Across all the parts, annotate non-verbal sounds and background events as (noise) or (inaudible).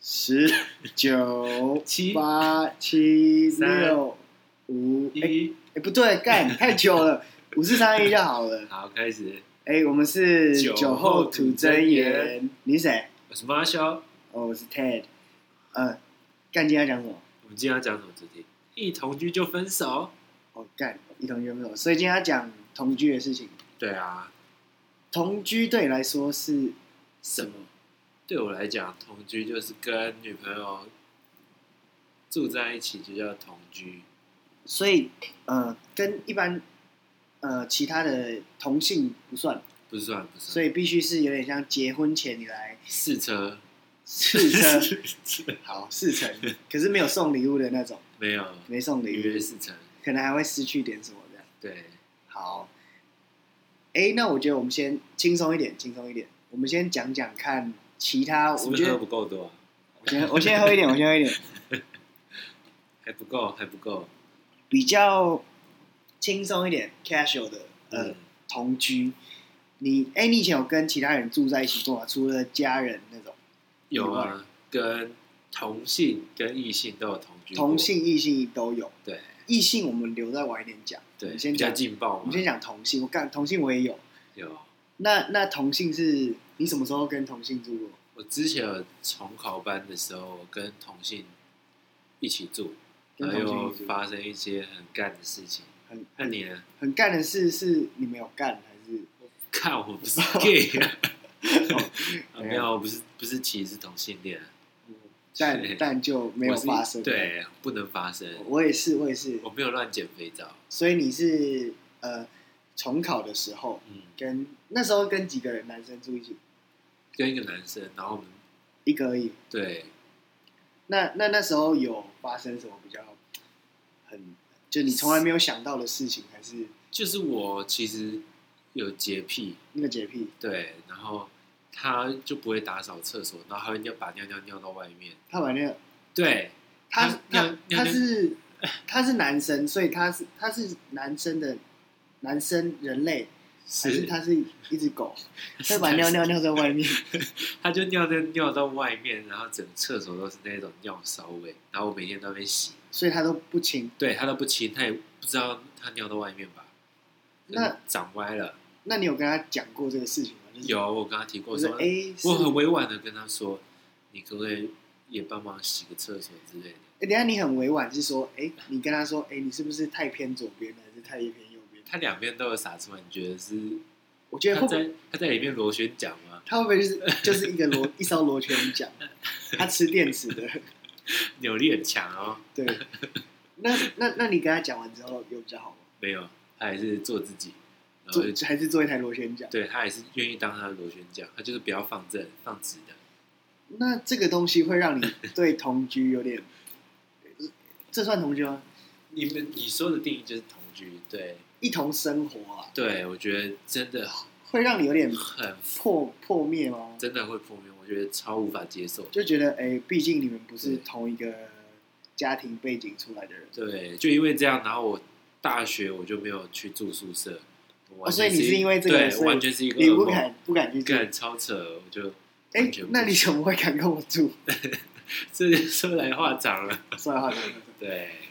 十九七八七三六五，哎、一，哎不对， (laughs) 干太久了，五四三一就好了。好，开始。哎、我们是酒酒后后吐吐真真言言，你是谁？我是 Marshall，哦，我是 Ted。呃，干今天要讲什么？我们今天要讲什么主题？一同居就分手？哦，干一同居分手，所以今天要讲同居的事情。对啊，同居对你来说是什么？对我来讲，同居就是跟女朋友住在一起就叫同居。所以呃，跟一般呃其他的同性不算，不算不算，所以必须是有点像结婚前你来试车，试 (laughs) 车，车好试乘，可是没有送礼物的那种，没有没送预礼约物，试车，可能还会失去点什么的。对，好，哎，那我觉得我们先轻松一点，轻松一点，我们先讲讲看其他，是我不觉是喝得不够多啊？我先我先喝一点，我先喝一点，还不够，还不够。比较轻松一点，casual 的，呃。嗯，同居，你哎、你以前有跟其他人住在一起过吗？除了家人那种，有嗯啊，跟同性跟异性都有同居过，同性、异性都有。对，异性我们留在晚一点讲，对，你先比较讲，劲爆我嘛们。先讲同性。我干同性我也有。有，那那同性是你什么时候跟同性住过？我之前有重考班的时候，我跟同性一起住，跟然后同性又一起住哎发生一些很干的事情。很那你呢？ (laughs) 很干的事是你没有干还是？看我 (laughs) 不是 gay 啊，啊对啊没有，我不是不是歧视同性恋啊，但对但就没有我是发生。，哦对，不能发生。我也是，我也是我。没有乱捡肥皂，所以你是呃重考的时候嗯，跟那时候跟几个人男生住一起，跟一个男生，然后我们一个而已。对那那那时候有发生什么比较很就你从来没有想到的事情，还是就是我其实有洁癖，那个洁癖？对，然后他就不会打扫厕所，然后他会尿把尿尿尿到外面，他把那个对，他那他那他是他是男生，所以他是他是男生的男生人类，还是他是一只 (laughs) 狗？他把尿尿尿在外面，他就尿尿尿到外面，然后整个厕所都是那种尿骚味，然后我每天都在那边洗，所以他都不清。对他都不清，他也不知道他尿到外面吧，那嗯长歪了。那你有跟他讲过这个事情吗？就是有我跟他提过就是说，哎，是我很委婉的跟他说，你可不可以也帮忙洗个厕所之类的？哎等一下你很委婉，是说哎，你跟他说哎，你是不是太偏左边了，还是太偏右边？他两边都有洒出来，你觉得是我觉得他会不会在他在里面螺旋桨吗？他会不会就是就是一个螺一艘螺旋桨？他吃电池的，扭力很强哦，对。那那那你跟他讲完之后有比较好吗？没有，他还是做自己，然后做就还是做一台螺旋桨？对他还是愿意当他的螺旋桨，他就是不要放正放直的。 (laughs) 那这个东西会让你对同居有点， (laughs) 这算同居吗？你们你说的定义就是同居，对一同生活啊，对，我觉得真的会让你有点很破破灭吗？真的会破灭，我觉得超无法接受。就觉得哎，诶毕竟你们不是对同一个家庭背景出来的人，对，就因为这样，然后我大学我就没有去住宿舍，我完哦所以全你是因为这个对，所以我完全是一个你噩不梦，敢不敢去住。干超扯，我就哎完全，不那你怎么会敢跟我住？ (laughs) 这说来话长了。说来话长。对，哦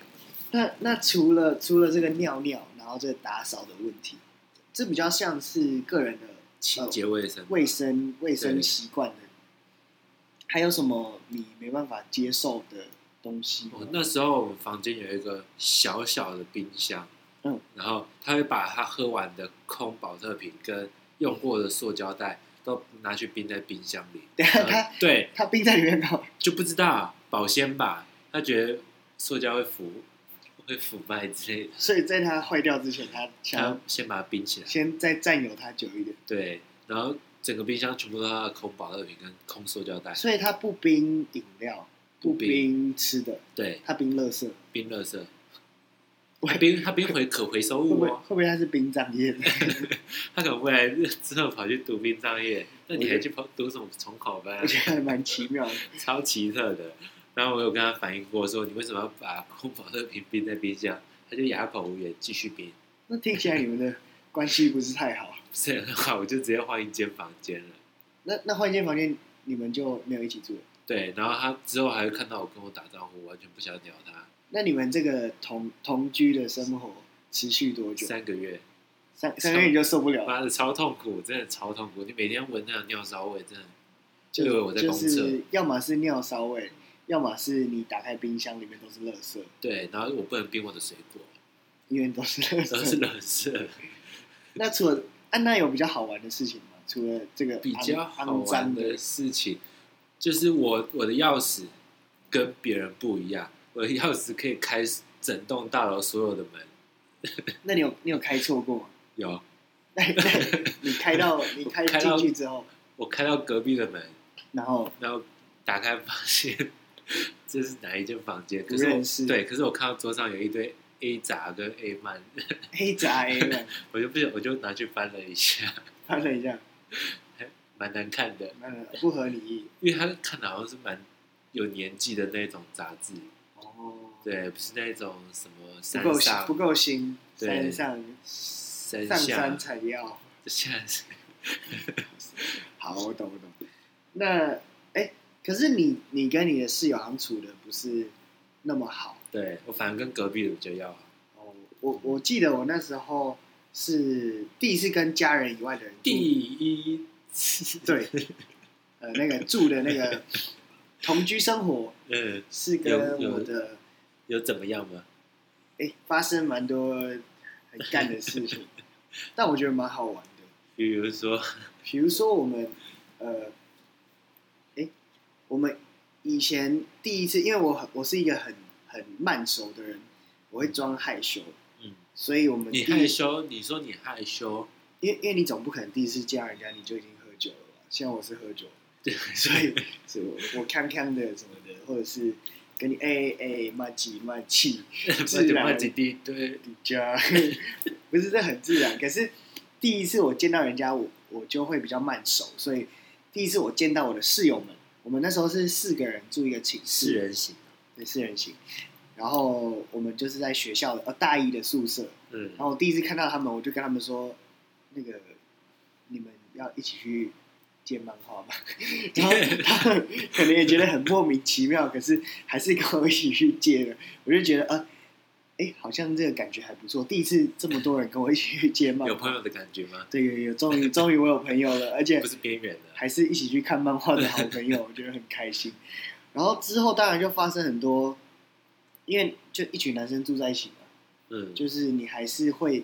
那那除了除了这个尿尿，然后这个打扫的问题，这比较像是个人的呃清洁卫生，卫生卫生对习惯的。还有什么你没办法接受的东西吗？我哦那时候我们房间有一个小小的冰箱，嗯，然后他会把他喝完的空保特瓶跟用过的塑胶袋都拿去冰在冰箱里。 (laughs) 等一下他呃对，他冰在里面搞，就不知道保鲜吧？他觉得塑胶会腐，会腐败 (laughs) 之类的， (laughs) 所以在它坏掉之前，他想他要先把它冰起来。先再占有它久一点，对，然后整个冰箱全部都是他的空保特瓶跟空塑胶袋。所以他不冰饮料，不不冰吃的，对，他冰垃圾。冰垃圾。喂他冰他冰回可回收会不物会哦，会不会他是殡葬业的？ (laughs) 他可能未来之后跑去读殡葬业，那你还去跑读什么重考班啊、我觉得还蛮奇妙的。 (laughs) 超奇特的。然后我有跟他反映过说，你为什么要把空保特瓶冰在冰箱？他就哑口无言，继续冰，那听起来你们的关系不是太好。不是很好，我就直接换一间房间了。那那换一间房间，你们就没有一起住了？对，然后他之后还会看到我跟我打招呼，我完全不想鸟他。那你们这个同同居的生活持续多久？三个月，三三个月你就受不了了，妈的超痛苦，真的超痛苦。你每天闻那种尿骚味，真的就以为我在就公厕是要么是尿骚味，要么是你打开冰箱里面都是垃圾，对。然后我不能冰我的水果，因为都是垃都是圾。冷色。那除了安娜有比较好玩的事情吗？除了这个比肮较好肮脏玩的的事情，就是我我的钥匙跟别人不一样，我的钥匙可以开整栋大楼所有的门。那你有你有开错过吗？ (laughs) 有，那那你开 (laughs) 到你开开到进去之后，我开到隔壁的门，然后然后打开发现这是哪一间房间，可是不我认识对，可是我看到桌上有一堆 A 杂跟 A 漫，黑闸 A 了， (laughs) 我就不想，我就拿去翻了一下，发生一下，蛮难看的，那不合理意。因为他看的好像是蛮有年纪的那种杂志，哦，，对，不是那种什么不山够新上不够新，山对上山上下山采药。现在是好，我懂我懂。那哎、可是你你跟你的室友好像处的不是那么好。对我反正跟隔壁的比较要好，哦，嗯我我记得我那时候是第一次跟家人以外的人住第一次，对，呃，那个住的那个同居生活 (laughs) 嗯，是跟我的有怎么样吗？哎、发生蛮多很干的事 (laughs) 情，但我觉得蛮好玩的。比如说，比如说我们呃，哎，我们以前第一次，因为我很我是一个很很慢熟的人，我会装害羞，嗯，所以我们第你一害，羞，你说你害羞，因为因为你总不可能第一次见到人家你就已经喝酒了吧？像我是喝酒，对， (laughs) 所以所以我我康康的什么的，或者是跟你哎哎骂鸡骂气，自然 (laughs) 骂几滴，对，你家不是这很自然，可是第一次我见到人家，我我就会比较慢熟，所以第一次我见到我的室友们，我们那时候是四个人住一个寝室，四人行，对四人行，然后我们就是在学校的呃大一的宿舍，嗯然，后我第一次看到他们，我就跟他们说，那个你们要一起去见漫画吧。 (laughs) 然后他们可能也觉得很莫名其妙，可是还是跟我一起去借了。我就觉得啊，哎、好像这个感觉还不错。第一次这么多人跟我一起去借漫有朋画，友的感觉吗？对，有有，终于终于我有朋友了，而且不是边缘的，还是一起去看漫画的好朋友，我觉得很开心。然后之后当然就发生很多，因为就一群男生住在一起嘛，嗯，就是你还是会，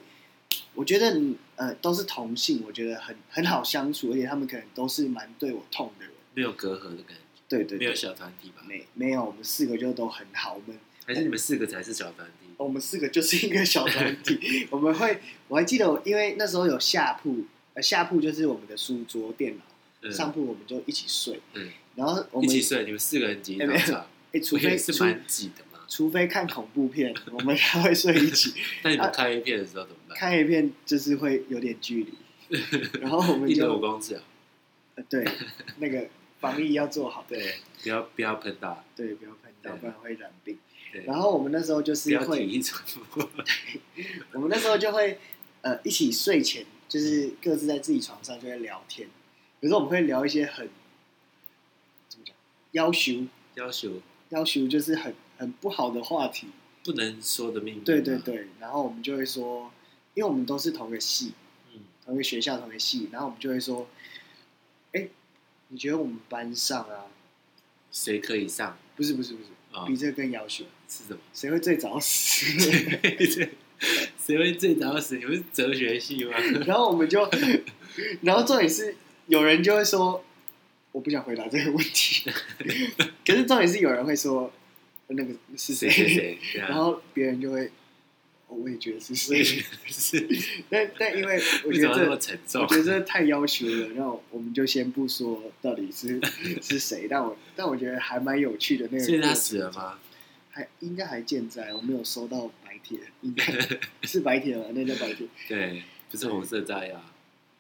我觉得你呃都是同性，我觉得很很好相处，而且他们可能都是蛮对我痛的人。没有隔阂的感觉，对对没有对，小团体吧？没没有，我们四个就都很好，我们还是你们四个才是小团体？我们四个就是一个小团 (laughs) 体，我们会我还记得我，因为那时候有下铺，呃下铺就是我们的书桌、电脑，上嗯铺我们就一起睡，嗯，然后我一们起睡，你们四个人挤一张床，哎，除我也非是除蛮挤的嘛。除非看恐怖片，我们才会睡一 (laughs) 起，那你们看 A 片的时候怎么办？啊看一片就是会有点距 (laughs) 离，然后我们一点五就、公尺啊，呃 (laughs) 对那个防疫要做好，对。对，不要不要喷到，对，不要喷到，对不然会染病。对，然后我们那时候就不是要体会，一传播。我们那时候就会呃一起睡前，就是各自在自己床上就会聊天。有时候我们会聊一些很怎么讲，要求要求要求就是很很不好的话题。不能说的秘密。对对，对，然后我们就会说，因为我们都是同个系、嗯，同一个学校、同一个系，然后我们就会说，哎，你觉得我们班上啊，谁可以上不是不是不是，啊？比这个更要求，是什么？ (laughs) 谁会最早死？ (laughs) 谁会最早死？你们是哲学系吗？然后我们就，然后重点是有人就会说，我不想回答这个问题。可是重点是有人会说，那个是谁？谁谁谁？对啊然后别人就会，哦我也觉得是我也谁。觉得是但但因为我 (laughs) 嗯为觉什得么那么这。沉我重？觉得这太要求了，然后我们就先不说到底是 (laughs) 是谁，但我但我觉得还蛮有趣的那个。所以他死了？吗？还应该还健在，我没有收到白帖，应该是白帖吧？那叫白帖。对，不是红色炸药。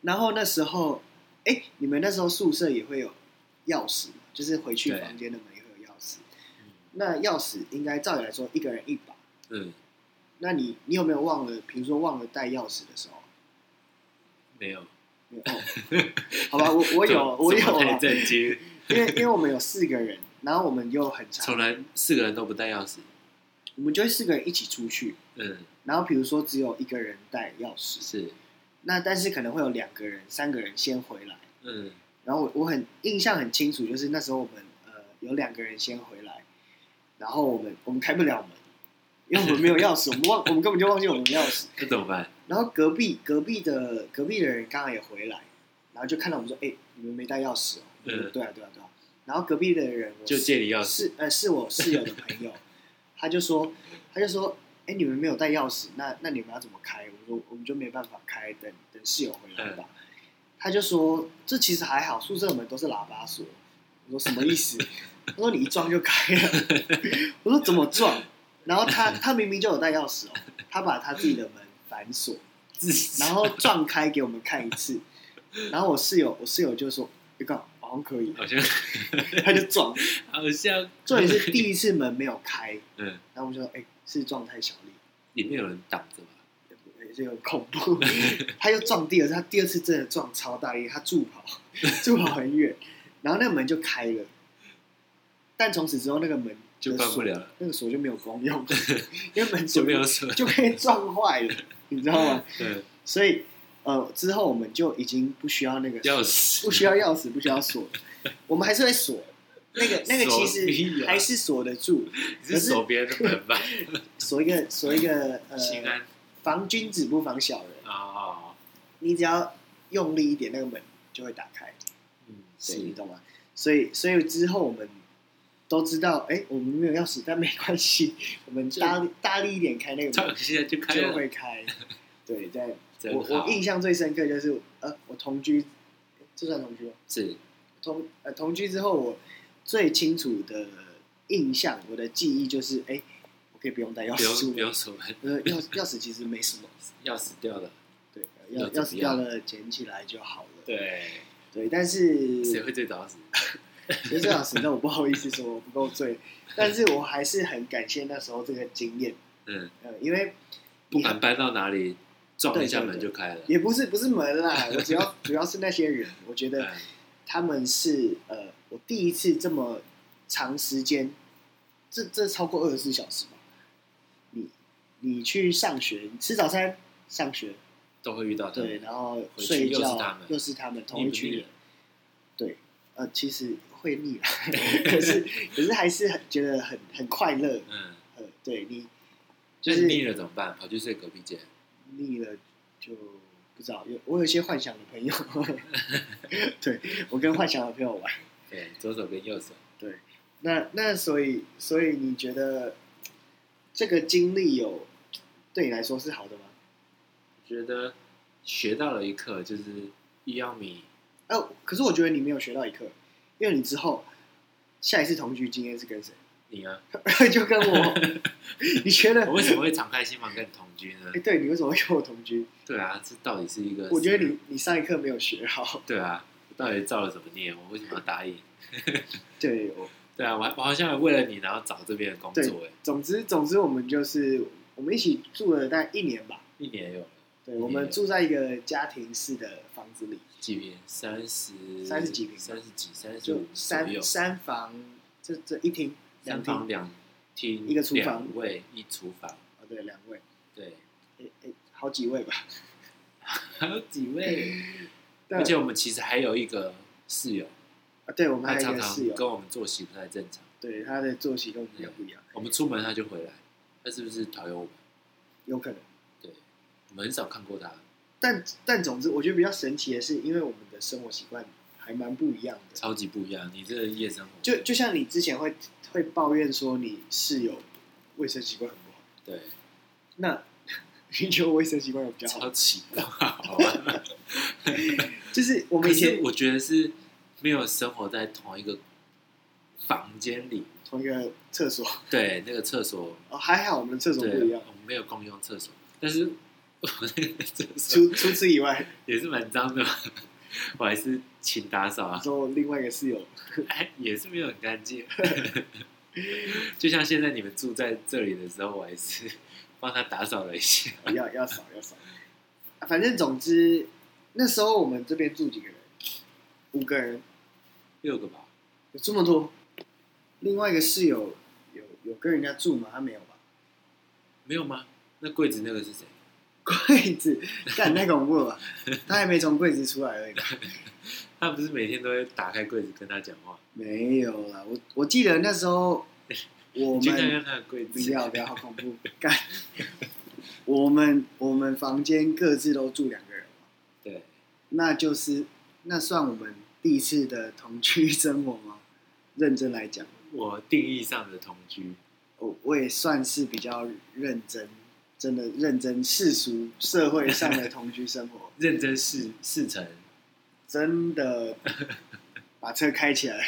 然后那时候，哎、你们那时候宿舍也会有钥匙嘛，就是回去房间的门也会有钥匙。那钥匙应该照理来说一个人一把。嗯，那你你有没有忘了？比如说忘了带钥匙的时候，没有。 (laughs) 没有哦、好吧，我我有我怎么有太啊，震惊。因为因为我们有四个人，然后我们又很从常，来四个人都不带钥匙，我们就会四个人一起出去，嗯，然后比如说只有一个人带钥匙，是，那但是可能会有两个人、三个人先回来。嗯然后我我很印象很清楚，就是那时候我们呃有两个人先回来，然后我们我们开不了门，因为我们没有钥匙，我们忘我们根本就忘记我们的钥匙。那怎么办？然后隔壁隔壁的隔壁的人刚好也回来，然后就看到我们说：“哎、你们没带钥匙哦？”嗯对啊，对啊，对啊。然后隔壁的人我就借你 (laughs) 钥匙，是呃是我室友的朋友，他就说他就说：“哎、你们没有带钥匙，那那你们要怎么开？”我说：“我们就没办法开，等等室友回来吧。他就说：“这其实还好，宿舍门都是喇叭锁。”我说：“什么意思？”他说：“你一撞就开了。”我说：“怎么撞？”然后他他明明就有带钥匙哦，他把他自己的门反锁。然后撞开给我们看一次，然后我室友我室友就说：“你看，好像可以。好像” (laughs) 他就撞，好像，重点是第一次门没有开，嗯，然后我们就说：“哎、是撞太小力，里面有人挡着吧？哎这个很恐 (laughs) 怖。”他又撞第二次，他第二次真的撞超大力，他助跑， (laughs) 助跑很远，然后那个门就开了，但从此之后那个门就的关不锁了了，那个锁就没有功用， (laughs) 因为门锁就没有锁， (laughs) 就被撞坏了，你知道吗？嗯，所以呃，之后我们就已经不需要那个钥匙不需要钥匙，不需要锁，我们还是会锁。那个那个其锁屁实啊还是锁得住，你是锁别人的门吧？锁一个锁一个嗯 (laughs) 心呃，安防君子不防小人，哦，你只要用力一点，那个门就会打开，嗯，对你是，懂吗？所以所以之后我们都知道，哎，我们没有钥匙，但没关 (laughs) 系，我们大大力一点开那个他门现在就开就了，会开。 (laughs) 对，在真我好我，印象最深刻就是呃，我同居，这算同居吗？是，同呃同居之后，我最清楚的印象，我的记忆就是，哎、我可以不用带钥不匙用出不门。用锁门，呃，钥匙钥匙其实没什么，钥匙掉了，对，要钥钥怎么匙掉样了捡起来就好了。对，对，但是谁会最早死？所以这老师，那我不好意思说我不够醉，但是我还是很感谢那时候这个经验，嗯，呃，因为不你管搬到哪里，撞一下对对门就开了，也不是不是门啦，我主要主要是那些人，我觉得嗯他们是呃，我第一次这么长时间，这这超过二十四小时吧？你你去上学，吃早餐，上学，都会遇到他对，们，然后嗯回去睡觉又是他们又是他们同腻一不腻群人了，对，呃，其实会腻 (laughs) 啦，可是可是还是很觉得很很快乐，嗯，呃，对你就就是是腻了怎么办？跑去睡隔壁间，腻了就不知道，有我有一些幻想的朋 (laughs) 友，对我跟幻想的朋友玩。对，左手跟右手，对，那那所以所以你觉得这个经历有对你来说是好的吗？我觉得学到了一课，就是一要米，呃，可是我觉得你没有学到一课，因为你之后下一次同居经验是跟谁？(laughs) 你啊，就跟我。你觉得我？为什么会敞开心房跟你同居呢哎、？对你为什么会跟我同居？对啊，这到底是一个，我觉得你你上一课没有学好。 (laughs) 对啊，我到底造了什么孽？我为什么要答应？对，我对啊，我还我好像为了你，然后找这边的工作，哎，总之总之我们就是我们一起住了大概一年吧。一年有了对，我们住在一个家庭式的房子里，几平？三十，三十几平三十几，三十就五左三，右三房，这这一厅两三厅房两厅，一个厨房两卫一厨房，哦，对，两位， (laughs) 对，诶诶，好几位 (laughs) 吧。还有几位？对而且我们其实还有一个室友，啊，对我们他还有常一个室常友，跟我们作息不太正常，对他的作息跟我们比较不一样，我们出门他就回来，他是不是讨厌我们？有可能。对，我们很少看过他，但但总之，我觉得比较神奇的是，因为我们的生活习惯还蛮不一样的。超级不一样。你这个夜生活，就就像你之前会会抱怨说你室友卫生习惯很不好，对，那你觉得我卫生习惯有比较超 (laughs) 好？级不好啊。 (laughs) 就是我们可以是前我觉得是没有生活在同一个房间里，同一个厕所，对，那个厕所，哦，还好我们的厕所不对，啊一样。我们没有共用厕所，但是我那个厕所除除此以外，也是蛮脏的嘛， (laughs) 我还是勤打扫啊，之后另外一个室友，哎，也是没有很干 (laughs) 净。就像现在你们住在这里的时候，我还是帮他打扫了一下。要要少要少。啊反正总之，那时候我们这边住几个人？五个人，六个吧，有这么多？另外一个室友有有跟人家住吗？他没有吧？ (laughs) 没有吗？那柜子那个是谁？柜子，干太恐怖了吧？他还没从柜子出来而已吧。他不是每天都会打开柜子跟他讲话？没有啦，我我记得那时候我你去看们看他的柜不子。要不要，好恐怖，干。 (laughs) 我们我们房间各自都住两个人嘛，对，那就是那算我们第一次的同居生活吗？ (laughs) 认真来讲，我定义上的同居，我我也算是比较认真，真的认真世俗社会上的同居生活，认真事事成，真的把车开起来。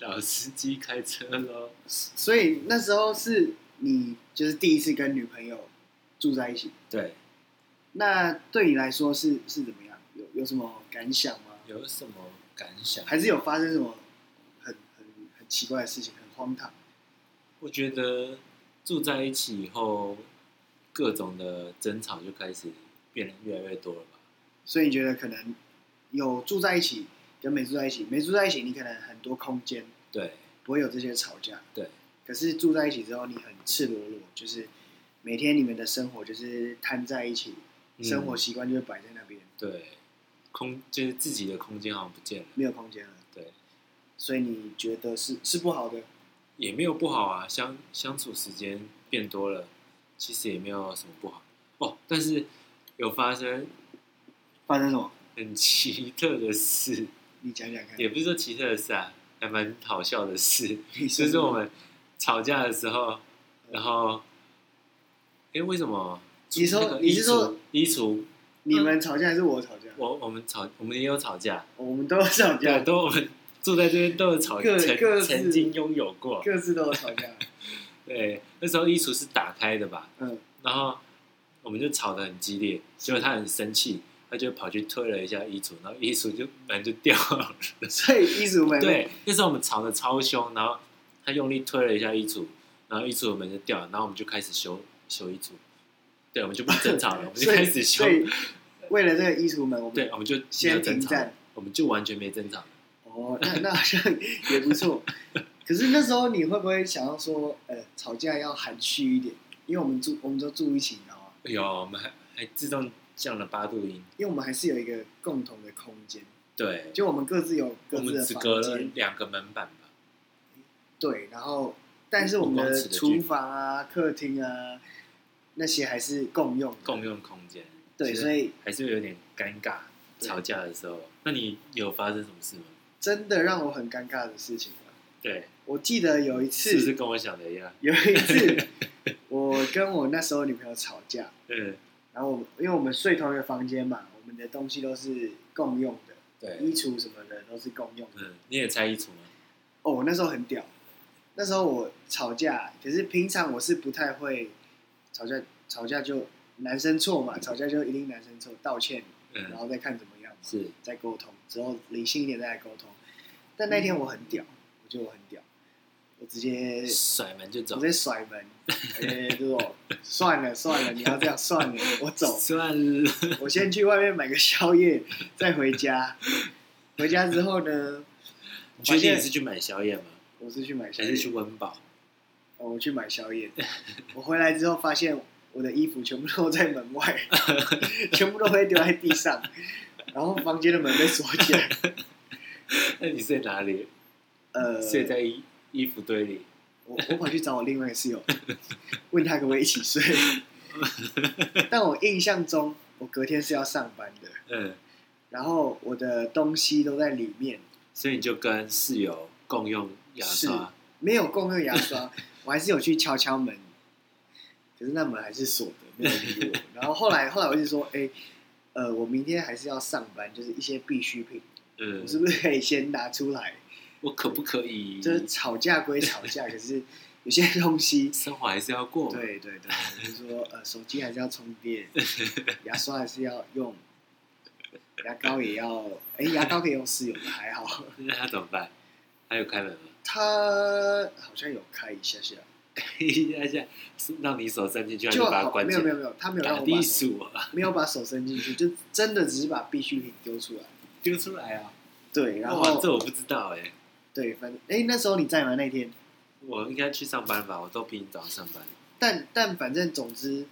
老呃司机开车喽。所以那时候是你就是第一次跟女朋友住在一起，对，那对你来说是是怎么样？有有什么感想吗？有什么感想？还是有发生什么很很很奇怪的事情，很荒唐？我觉得住在一起以后，各种的争吵就开始变得越来越多了吧？所以你觉得可能有住在一起跟没住在一起，没住在一起你可能很多空间对不会有这些吵架，对可是住在一起之后你很赤裸裸，就是每天你们的生活就是摊在一起，嗯生活习惯就会摆在那边，对，空就是自己的空间好像不见了。没有空间了。对，所以你觉得是是不好的？也没有不好啊，相相处时间变多了，其实也没有什么不好哦。但是有发生发生什么？很奇特的事，你讲讲看。也不是说奇特的事啊，还蛮好笑的事， (laughs) 你说就是我们吵架的时候，然后，哎，为什么？你说那个你是衣橱说衣橱？你们吵架还是我吵架？我我们吵，我们也有吵架，我们都有吵对，架，都我们住在这边都有吵，各各曾自曾经拥有过。各自都有吵架。对，那时候衣橱是打开的吧？嗯，然后我们就吵得很激烈，结果他很生气，他就跑去推了一下衣橱，然后衣橱就门就掉了。所以衣橱门对，那时候我们吵得超凶，然后他用力推了一下衣橱，然后衣橱的门就掉了，然后我们就开始修修衣橱。对，我们就不 (laughs) 争吵了，我们就所以开始修所。以为了这个衣橱门，我对，们我们就没有先停争吵战了，。我们就完全没争吵了。哦， (laughs) 那那好像也不错。可是那时候你会不会想要说，呃，吵架要含蓄一点？因为我们住，我们都住一起，你知道吗？哎呦，我们还还自动降了八度音。因为我们还是有一个共同的空间，对，就我们各自有我各自们的只隔房了间，两个门板吧。对，然后但是我们五公的尺的距离厨房啊、客厅啊那些还是共用的共用空间。对，其实所以还是有点尴尬。对吵架的时候，那你有发生什么事吗？真的让我很尴尬的事情了。对，我记得有一是次，不是跟我想的一样？有一次我跟我那时候女朋友吵架，嗯，然后我们因为我们睡同一个房间嘛，我们的东西都是共用的，衣对，橱什么的都是共用的。嗯，你也猜衣橱吗？哦，我那时候很屌，那时候我吵架，可是平常我是不太会吵架，吵架就男生错嘛，吵架就一定男生错，道歉，然嗯，后再看怎么样嘛，是，再沟通，之后理性一点再来沟通。但那天我很屌，我觉得我很屌，我直接甩门就走我，在甩门，哎、这种算了算了，你要这样算了，我走，算了，我先去外面买个宵夜，再回 (laughs) 家。回家之后呢，我你发确定现你是去买宵夜吗？我是去买宵还是去夜，(laughs) 温饱？哦我去买宵夜。 (laughs) 我回来之后发现我的衣服全部都在门外， (laughs) 全部都被丢在地上， (laughs) 然后房间的门被锁起来。那你睡哪里？呃，睡在衣衣服堆里？我我跑去找我另外一个室友，问他可不可以一起睡。但我印象中，我隔天是要上班的，嗯，然后我的东西都在里面，所以你就跟室友共用牙刷。没有共用牙刷， (laughs) 我还是有去敲敲门，可是那门还是锁的，没有理我。然后后来后来我就说，哎、呃，我明天还是要上班，就是一些必需品，嗯我，是不是可以先拿出 (laughs) 来？我可不可以？就是吵架归吵架， (laughs) 可是有些东西，生活还是要过嘛。对对对，我就是说，呃，手机还是要充电，牙刷还是要用。牙膏也要，哎、牙膏可以用室友的，还好。 (laughs) 那他怎么办？他有开门吗？ (laughs) 他好像有开一下下，一下是让你手伸进去，还是就把它好关没起有没来有？没有，他没有让打我地把手鼠啊，没有把手伸进去，就真的只是把必需品丢出来。丢出来啊！对，然哇，后这我不知道哎。对，反正哎、那时候你在吗？那天，我应该去上班吧，我都比你早上班。但但反正总之，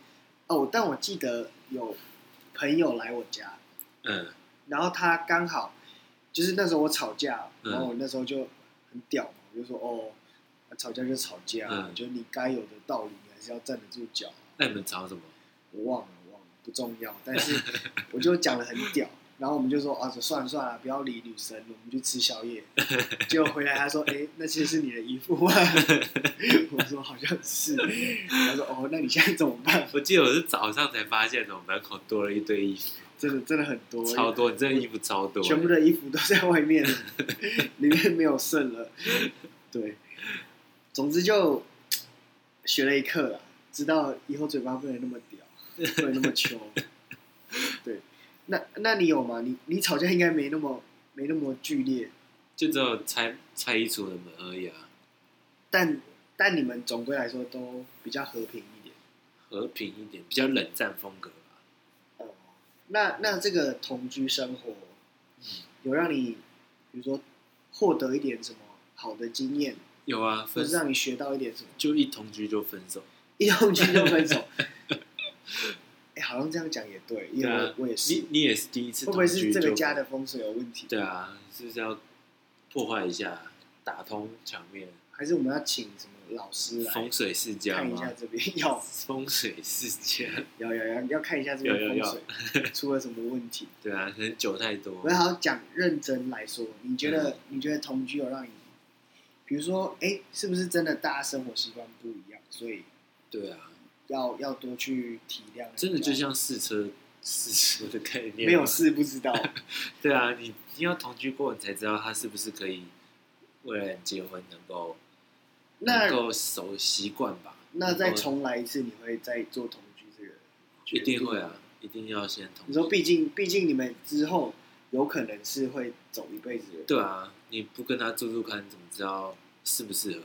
哦，但我记得有朋友来我家，嗯然后他刚好就是那时候我吵架，嗯然后我那时候就很屌嘛，我就说哦，吵架就吵架，嗯就你该有的道理你还是要站得住脚。那你们吵什么？我忘了，我忘了，不重要。但是我就讲的很屌，然后我们就说啊，算了算了，不要理女生，我们去吃宵夜。结果回来他说，哎、那些是你的衣服吗？ (laughs) 我说好像是。他说哦，那你现在怎么办？ (laughs) 我记得我是早上才发现，我门口多了一堆衣服，真的真的很多，超多，你这衣服超多，全部的衣服都在外面，里面没有剩了。对，总之就学了一课啦，知道以后嘴巴不能那么屌，不能那么穷。对，那那你有吗？你你吵架应该没那么没那么剧烈，就只有拆拆衣橱的门而已啊，但但你们总归来说都比较和平一点。和平一点，比较冷战风格吧。哦，那那这个同居生活有让你，比如说获得一点什么好的经验，有啊，或分者让你学到一点什么？就一同居就分手。 (laughs) 一同居就分 (laughs) 手。哎、好像这样讲也对，因为我,、对啊我也是，你你也是第一次会不同会居是就这个家的风水有问题？对啊，就是要破坏一下，打通墙面，还是我们要请什么老师来风水世家看一吗下？这边？要风水世家，要要要要看一下这边有有有风水 (laughs) 出了什么问题？对啊，可能酒太多我，要好好讲认真来说，你觉嗯得、你觉得同居有让你，比如说，哎、是不是真的大家生活习惯不一样，所以对啊，要要多去体谅人家？真的就像试车试车的概念，没有，事不知 (laughs) 道，对啊，你你要同居过，你才知道他是不是可以未来你结婚能够那能够熟习惯吧？那再能够重来一次，你会再做同居这个？一定会啊，一定要先同你居。说，毕竟毕竟你们之后有可能是会走一辈子的，对啊，你不跟他住住看，你怎么知道适不适合？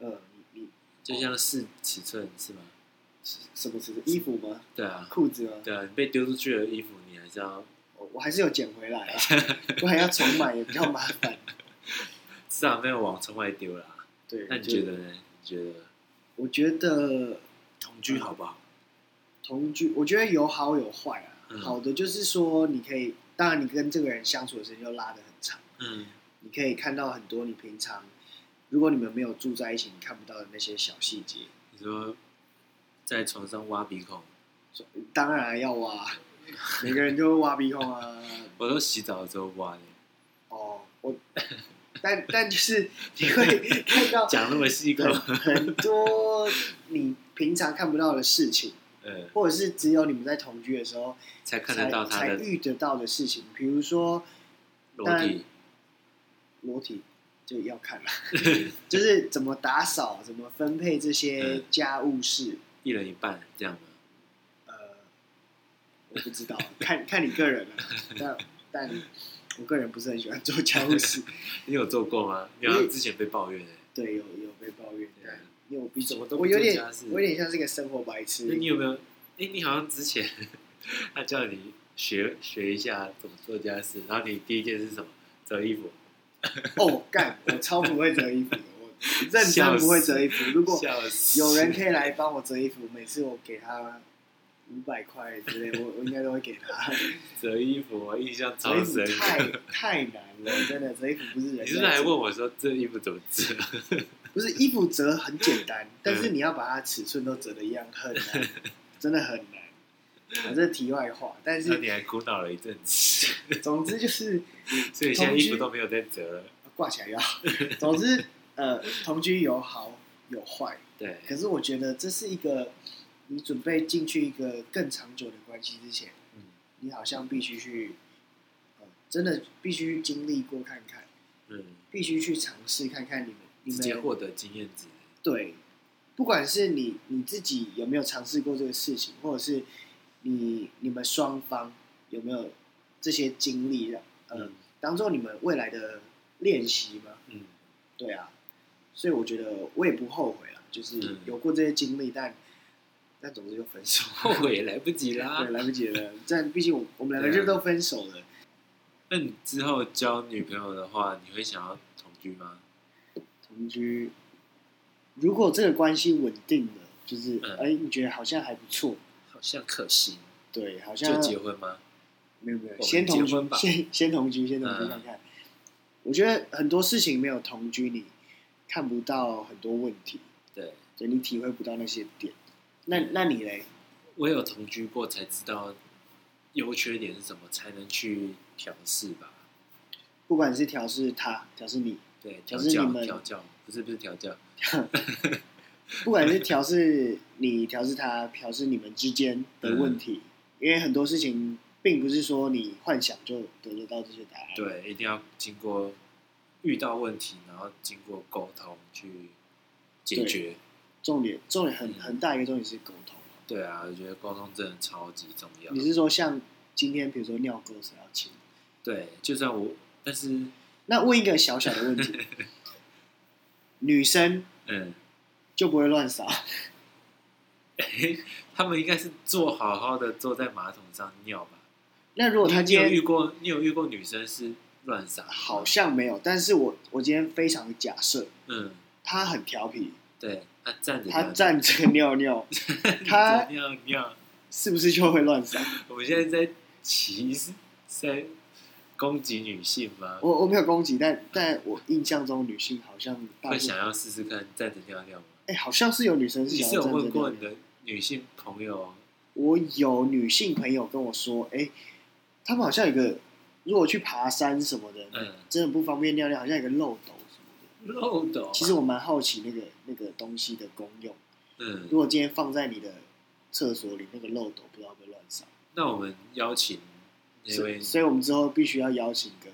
嗯，你你就像试尺寸是吗？什么是衣服吗？对啊，裤子吗？哦对啊，你被丢出去的衣服，你还是要我我还是有捡回 (laughs) 来啊，不然要重买也比较麻烦。至少没有往窗外丢啦。对，那你就觉？得呢？你觉得我觉得同居好不好？同居，我觉得有好有坏啊。嗯好的就是说，你可以，当然你跟这个人相处的时间就拉得很长，嗯，你可以看到很多你平常如果你们没有住在一起，你看不到的那些小细节。你说在床上挖鼻孔，当然要挖，每个人都会挖鼻孔啊。我都洗澡的时候挖的，哦，我， (laughs) 但但就是你会看到讲那么细很个，很多你平常看不到的事情，嗯，或者是只有你们在同居的时候才看才得到他才的遇得到的事情，比如说裸体。裸体就要看了， (laughs) 就是怎么打扫、怎么分配这些嗯家务事，一人一半这样吗？呃，我不知道，看看你个人了、但但我个人不是很喜欢做家务事，你有做过吗？你好像之前被抱怨欸对，有有被抱怨，对啊但因为我比什么都不我有做点家事我有点像是个生活白痴那，你有没有？哎，你好像之前 (laughs) 他叫你学学一下怎么做家事，然后你第一件是什么？折衣服。哦，干，我超不会折衣服的， (laughs) 我认笑真死不会折衣服。如果笑死！有人可以来帮我折衣服，每次我给他五百块之类，我我应该都会给 (laughs) 他。折衣服，我印象折超衣服深刻。 (laughs) 太太难了，真的折衣服不是人你在是来问我说这衣服怎么折？ (laughs) 不是衣服折很简单，但嗯是你要把它尺寸都折的一样很 (laughs) 难，真的很难。啊，这是题外话，但那是你还苦恼了一阵子，总之就是所以现在衣服都没有在折了。挂起来要。 (laughs) 总之，呃，同居有好有坏，对，可是我觉得这是一个你准备进去一个更长久的关系之前，嗯你好像必须去，呃，真的必须去经历过看看，嗯，必须去尝试看看你们你直接们获得经验值。对，不管是你你自己有没有尝试过这个事情，或者是你你们双方有没有这些经历，呃嗯，当做你们未来的练习吗？嗯，对啊，所以我觉得我也不后悔啊，嗯就是有过这些经历，但但总之就分手，后悔也来不及对， (laughs) 啦。来不及了。但毕竟我我们两个对啊就都分手了，那你之后交女朋友的话，你会想要同居吗？同居，如果这个关系稳定了，就是嗯哎、你觉得好像还不错，好像可惜，对，好就像结婚吗？没有没有，我们先同结婚居吧，先先同居，先同嗯居看看。我觉得很多事情没有同居，你看不到很多问题，对，对你体会不到那些点。那那你嘞？我有同居过才知道优缺点是什么，才能去调试吧。不管是调试他，调试你，对，调可是你教们调教，不是不是调教，不管是调试你、调试他、调试你们之间嗯的问题，因为很多事情并不是说你幻想就得得到这些答案。对，一定要经过遇到问题，然后经过沟通去解对决。重点重点很嗯很大一个重点是沟通。对啊，我觉得沟通真的超级重要你。是说像今天，比如说尿沟谁要亲？对，就算我，但是那问一个小小的问 (laughs) 题，女生嗯，就不会乱撒，他们应该是坐好好的坐在马桶上尿吧？那如果她哦你今有遇天过，你有遇过女生是乱撒？好，像没有，但是我我今天非常假设，嗯，她很调皮，对，啊她站着，她站着 (laughs) 尿尿，着 (laughs) 她尿尿。是不是就会乱撒？我们现在在歧视，在攻击女性吗？我我没有攻击，但但我印象中女性好像大部会分想，要试试看站着尿尿吗？哎、好像是有女生是你想是要有站着问尿过尿你。的女性朋友？我有女性朋友跟我说，哎、他们好像有个，如果去爬山什么的，嗯，真的不方便尿尿，好像有个漏斗什么的。漏斗啊。其实我蛮好奇那个那个东西的功用。嗯如，果今天放在你的厕所里，那个漏斗不知道会不会乱扫。那我们邀请那所位以所以我们之后必须要邀请个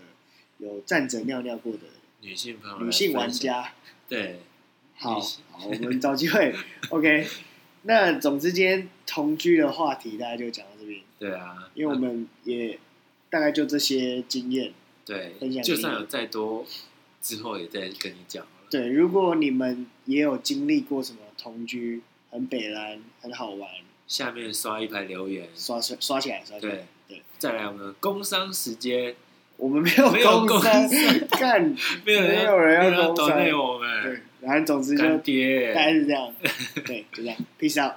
有站着尿尿过的女性朋友，女性玩，家。对，好，女性好，我们找机 (laughs) 会。OK，那总之今天同居的话题大概就讲到这边，对啊，因为我们也大概就这些经验。分享给对，你就算有再多，之后也再跟你讲好了。对，如果你们也有经历过什么同居，很北蓝，很好玩，下面刷一排留言，刷刷刷起来，刷起来对。对，再来我们的工商时间，我们没有没有工工伤伤，干没有没人有人要没有要工抖商内我 (laughs) 对们，，然后总之就干大概爹，是这样，对，就这样，peace out。